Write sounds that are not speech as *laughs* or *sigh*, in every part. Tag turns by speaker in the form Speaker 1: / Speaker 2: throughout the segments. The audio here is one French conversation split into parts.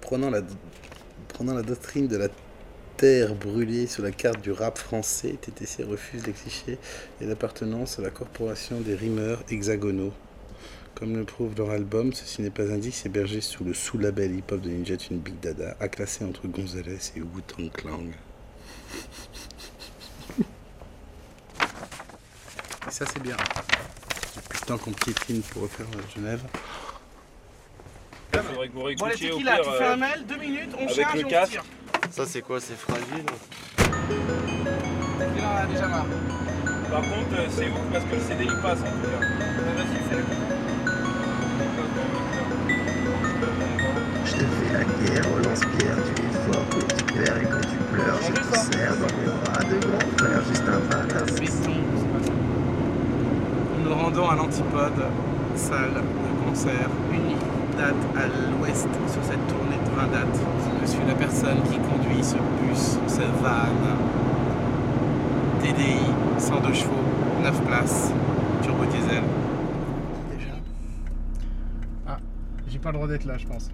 Speaker 1: prenant la, prenant la doctrine de la terre brûlée sur la carte du rap français, TTC refuse les clichés et l'appartenance à la corporation des rimeurs hexagonaux. Comme le prouve leur album, ceci n'est pas un disque hébergé sous le sous-label hip-hop de Ninja Tune Big Dada, à classer entre Gonzalez et Wu-Tang Clan. Et ça, c'est bien. Putain qu'on piétine pour refaire euh, Genève.
Speaker 2: Il faudrait que vous
Speaker 3: Bon, les
Speaker 2: réécoutiez au
Speaker 3: tequila,
Speaker 2: pire. euh,
Speaker 3: tu fais un mail, deux minutes, on
Speaker 2: avec
Speaker 3: charge
Speaker 2: le
Speaker 3: et on
Speaker 2: casque.
Speaker 3: tire.
Speaker 4: Ça c'est quoi C'est fragile
Speaker 3: Il en a déjà marre.
Speaker 2: euh, Par contre, euh, c'est ouf parce que le CD il passe en tout cas. Vas-y, fais le
Speaker 5: Je te fais la guerre au lance-pierre, tu es fort, oui, tu pleures et quand tu pleures, je te serre dans mes bras de grand frère, juste un bâtard.
Speaker 3: Nous nous rendons à l'antipode, salle de concert, unique date à l'ouest sur cette tournée de 20 dates. Je suis la personne qui conduit ce bus, cette vanne. TDI, 102 chevaux, 9 places, turbo diesel.
Speaker 6: Ah, j'ai pas le droit d'être là, je pense.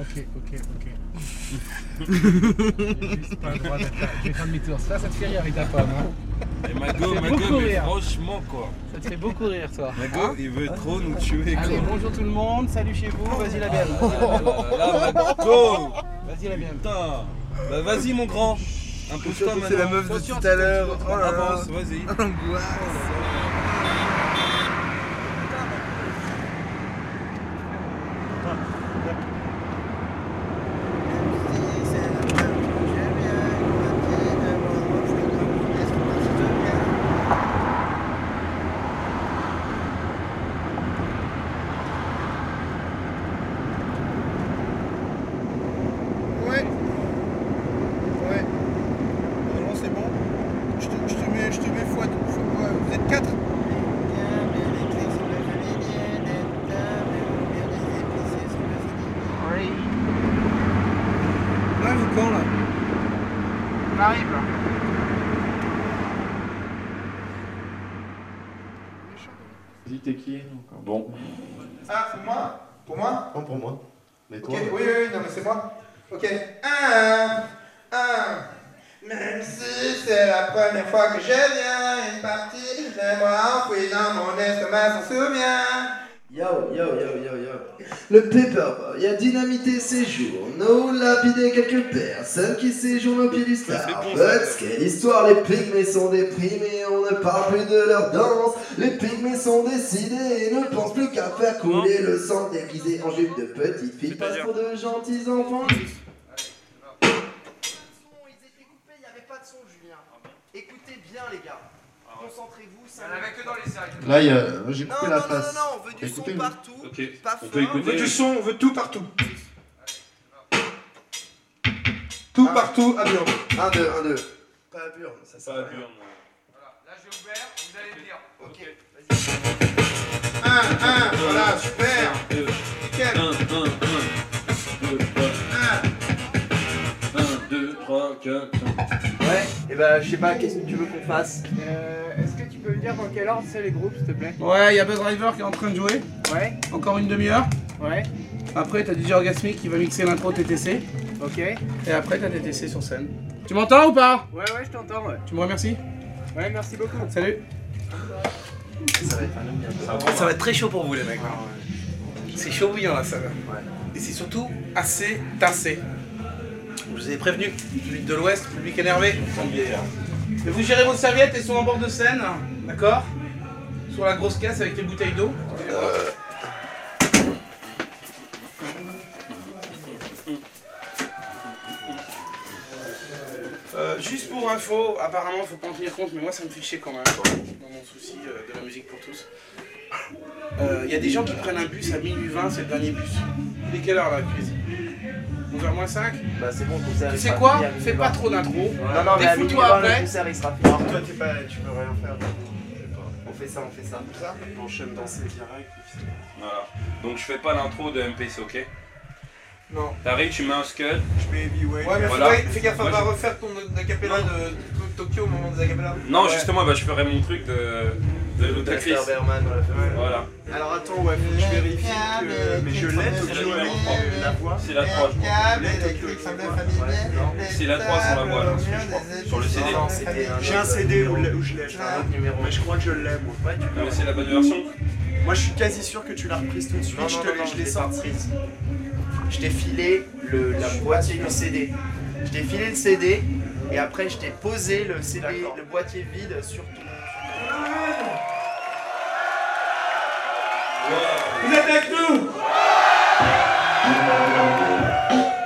Speaker 6: Ok, ok, ok. j'ai juste pas le droit d'être là. Je vais prendre mes tours. Ça, ça te fait rire, Rita Pomme. Hein
Speaker 2: Et Mago,
Speaker 6: fait
Speaker 2: Mago,
Speaker 6: beaucoup
Speaker 2: mais
Speaker 6: rire.
Speaker 2: franchement quoi.
Speaker 6: ça te fait beaucoup rire, toi.
Speaker 2: Mago, il veut trop nous tuer
Speaker 6: Allez,
Speaker 2: quoi.
Speaker 6: bonjour tout le monde, salut chez vous, vas-y la belle.
Speaker 2: Là, Mago
Speaker 6: Vas-y la belle.
Speaker 2: Putain Bah vas-y mon grand Impose-toi maintenant.
Speaker 1: de tout à l'heure.
Speaker 2: Avance, vas-y.
Speaker 5: Ouais. Ouais. Non, c'est bon. Je te, je te mets, je te mets fois, fois- Vous êtes quatre
Speaker 3: Là, vous quand là On arrive là.
Speaker 5: Ah, pour moi Pour moi
Speaker 4: Non pour moi. Mais
Speaker 5: Ok,
Speaker 4: toi
Speaker 5: oui, oui, oui, non, mais c'est moi. Ok. Un, un. Même si c'est la première fois que je viens, une partie de moi enfouie dans mon estomac s'en souvient.
Speaker 7: Yo, yo, yo, yo, yo. Le Paperboy a dynamité ses jours, nous lapidé quelques personnes qui séjournent au pied du star. But, quelle histoire, les pygmées sont déprimés, on ne parle plus de leur danse. Les pygmées sont décidés et ne pensent plus qu'à faire couler le sang déguisé en jupe de petite fille. Passe pour de gentils enfants.
Speaker 8: Ils étaient coupés, il n'y avait pas de son, Julien. Écoutez bien, les gars. Concentrez-vous, ça
Speaker 3: Ah Il y en avait que dans les salles.
Speaker 4: Là, il y a- j'ai
Speaker 8: Non,
Speaker 4: coupé
Speaker 8: non,
Speaker 4: la
Speaker 8: non, non,
Speaker 4: face.
Speaker 8: non, on veut du son
Speaker 4: Écoutez-le.
Speaker 8: partout.
Speaker 2: Ok,
Speaker 8: Pas
Speaker 2: on
Speaker 8: fort.
Speaker 2: peut
Speaker 5: On veut
Speaker 2: écouter.
Speaker 5: du son, on veut tout partout. Tout partout, à Lyon.
Speaker 7: 1, 2, 1, 2.
Speaker 8: Pas à burne, ça
Speaker 2: Ça
Speaker 8: sert
Speaker 2: va
Speaker 8: à rien.
Speaker 2: bien.
Speaker 3: Là, j'ai ouvert, vous allez me dire.
Speaker 8: Ok,
Speaker 5: Un, un, voilà, super.
Speaker 2: 2,
Speaker 5: Nickel.
Speaker 2: 1, 1, 1, 2, 1, 2, 3, 4, 5.
Speaker 7: Ouais, et bah, je sais pas, qu'est-ce que tu veux qu'on fasse
Speaker 9: Est-ce que tu peux me dire dans quel ordre c'est les groupes, s'il te plaît
Speaker 3: Ouais, il y a Buzz Driver qui est en train de jouer.
Speaker 9: Ouais.
Speaker 3: Encore une demi-heure.
Speaker 9: Ouais.
Speaker 3: Après, t'as DJ Orgasmic qui va mixer l'intro TTC.
Speaker 9: Ok. Ouais,
Speaker 3: Et après, t'as TTC sur scène. Tu m'entends ou pas
Speaker 9: ouais, je t'entends, ouais.
Speaker 3: Tu me remercies
Speaker 9: Ouais, merci beaucoup.
Speaker 3: Salut Ça va être très chaud pour vous, les mecs. hein. C'est chaud bouillant là, ça. va. Et c'est surtout assez tassé. Je vous ai prévenu, public de l'Ouest, public énervé. Et vous gérez vos serviettes, elles sont en bord de Seine, hein, d'accord Sur la grosse caisse avec les bouteilles d'eau. Euh, juste pour info, apparemment faut pas en tenir compte, mais moi ça me fait chier quand même, dans mon souci euh, de la musique pour tous. Il y a des gens qui prennent un bus à minuit 20, c'est le dernier bus. Il est quelle heure la crise 11h moins 5
Speaker 7: Bah, c'est bon, concert.
Speaker 3: Tu
Speaker 7: il
Speaker 3: sais
Speaker 7: sera
Speaker 3: quoi
Speaker 7: fini à minuit
Speaker 3: Fais pas
Speaker 7: 20.
Speaker 3: trop d'intro,
Speaker 7: Non, non, mais à minuit
Speaker 3: défous-toi
Speaker 7: 20,
Speaker 3: après.
Speaker 7: le concert, il sera fini.
Speaker 4: Toi, t'es pas, tu peux rien faire.
Speaker 7: On fait ça, on fait ça.
Speaker 4: On enchaîne danser direct.
Speaker 2: Voilà. Donc je fais pas l'intro de MPC, ok
Speaker 5: Non.
Speaker 2: T'arrives, tu mets un scud.
Speaker 4: Je mets heavyweight.
Speaker 5: Ouais, mais
Speaker 2: Voilà.
Speaker 5: fais, fais gaffe à
Speaker 2: Moi,
Speaker 5: pas
Speaker 2: je-
Speaker 5: refaire ton acapella de, de Tokyo au moment des acapellas.
Speaker 2: Non,
Speaker 5: Ouais.
Speaker 2: justement, bah, je ferai mon truc de. de l'autre actrice.
Speaker 8: Dexter Berman dans la famille.
Speaker 2: Voilà,
Speaker 4: Alors attends, ouais, faut que je vérifie que. euh, Mais je l'ai,
Speaker 2: C'est la
Speaker 4: Tokyo
Speaker 2: numéro
Speaker 4: avec euh, la voix.
Speaker 2: c'est la 3, je crois. C'est la 3 sur la voix, là, parce que je crois. Sur le CD.
Speaker 8: Non, c'était un
Speaker 4: J'ai un
Speaker 8: autre
Speaker 4: CD où,
Speaker 8: numéro.
Speaker 4: l- où je l'ai, je
Speaker 8: C'était un autre
Speaker 4: l'ai.
Speaker 8: numéro.
Speaker 4: Mais je crois que je l'ai, moi.
Speaker 2: Non, mais c'est la bonne version.
Speaker 4: Moi, je suis quasi sûr que tu l'as reprise tout de suite.
Speaker 8: Non,
Speaker 4: je
Speaker 8: non,
Speaker 4: te-
Speaker 8: non, non,
Speaker 4: je l'ai
Speaker 8: je l'ai
Speaker 4: sorti.
Speaker 8: Je t'ai filé le, la boîtier du CD. Je t'ai filé le CD et après je t'ai posé le CD,
Speaker 4: D'accord.
Speaker 8: le boîtier vide sur ton.
Speaker 2: Vous êtes avec nous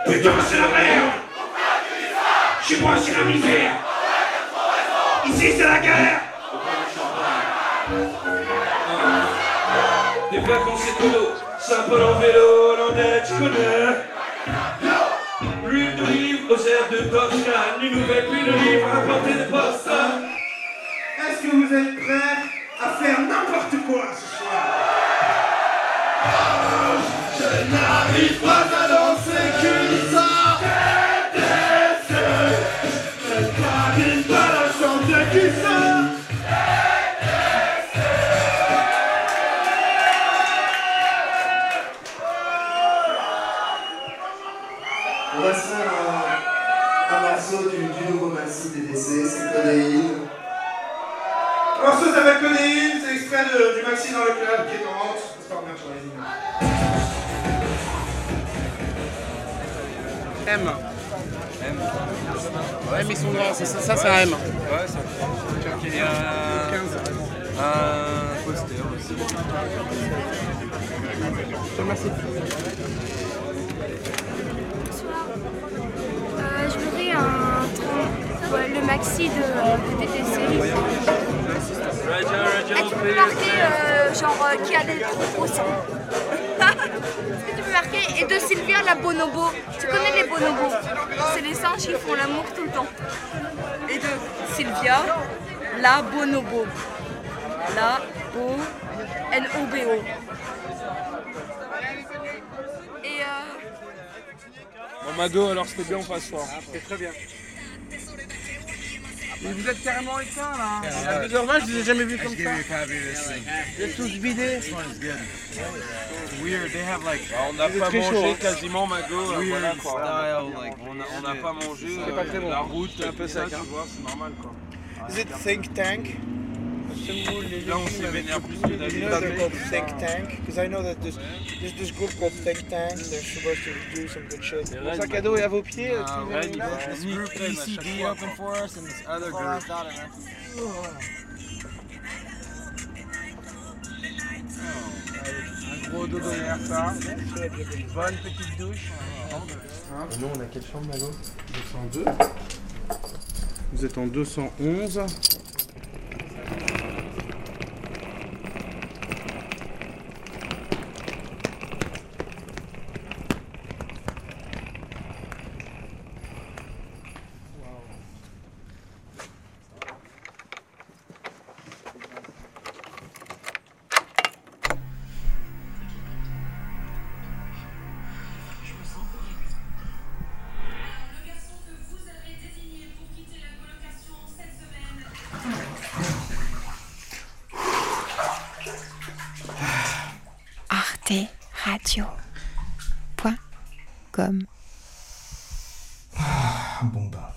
Speaker 2: Putain, c'est la merde Chez moi, c'est la misère Ici, c'est la galère Des vacances, c'est colo Saint-Paul en vélo, hollandais, tu connais L'huile d'olive aux airs de Toscane Une nouvelle huile d'olive à portée de Boston
Speaker 5: Est-ce que vous êtes prêts à faire n'importe quoi ce soir
Speaker 7: On va se faire un, un morceau du, du nouveau maxi DDC, c'est Codéine.
Speaker 5: Alors ça s'appelle Codéine, c'est extrait de- du Maxi dans le club qui est en vente. C'est pas bien sur les îles.
Speaker 6: M. M, ils sont grands, ça, ça, ça, c'est un M.
Speaker 2: Ouais, ça Et un... un poster aussi.
Speaker 10: Euh, je voudrais un le maxi de, DTC. Ah, tu peux marquer euh, genre euh, qui a des trop gros seins *laughs* Est-ce que tu peux marquer Et de Sylvia la bonobo. Tu connais les bonobos C'est les singes qui font l'amour tout le temps. Et de Sylvia la bonobo. La bo n o b o. Et euh,
Speaker 2: Bon Mago, alors c'était bien, on passe soir.
Speaker 9: C'était très bien. Mais vous êtes carrément éteints là.
Speaker 6: Les je les ai jamais vus comme ça.
Speaker 9: Vous êtes tous vidés.
Speaker 2: Bah, on n'a pas
Speaker 6: très
Speaker 2: mangé
Speaker 6: chaud, hein.
Speaker 2: quasiment Mago, euh, voilà quoi. on n'a- on n'a pas mangé, euh,
Speaker 6: pas très bon.
Speaker 2: la route, un peu ça, tu vois, c'est normal quoi.
Speaker 9: Vous êtes think tank.
Speaker 2: Là on s'est vénère plus que
Speaker 9: You know they're
Speaker 2: d'habitude.
Speaker 9: called Think Tank because I know that this there's this group called Think Tank. They're supposed to do some good shit. Mon sac à dos est à vos pieds. euh,
Speaker 2: Ah, Ouais, il mange une crème à chaque fois, quoi.
Speaker 9: Un gros dodo derrière ça. Une bonne petite douche.
Speaker 7: Nous, on a quelle chambre, Mago
Speaker 6: 202. Vous êtes en 211.
Speaker 10: arteradio.com
Speaker 7: Bon, bah.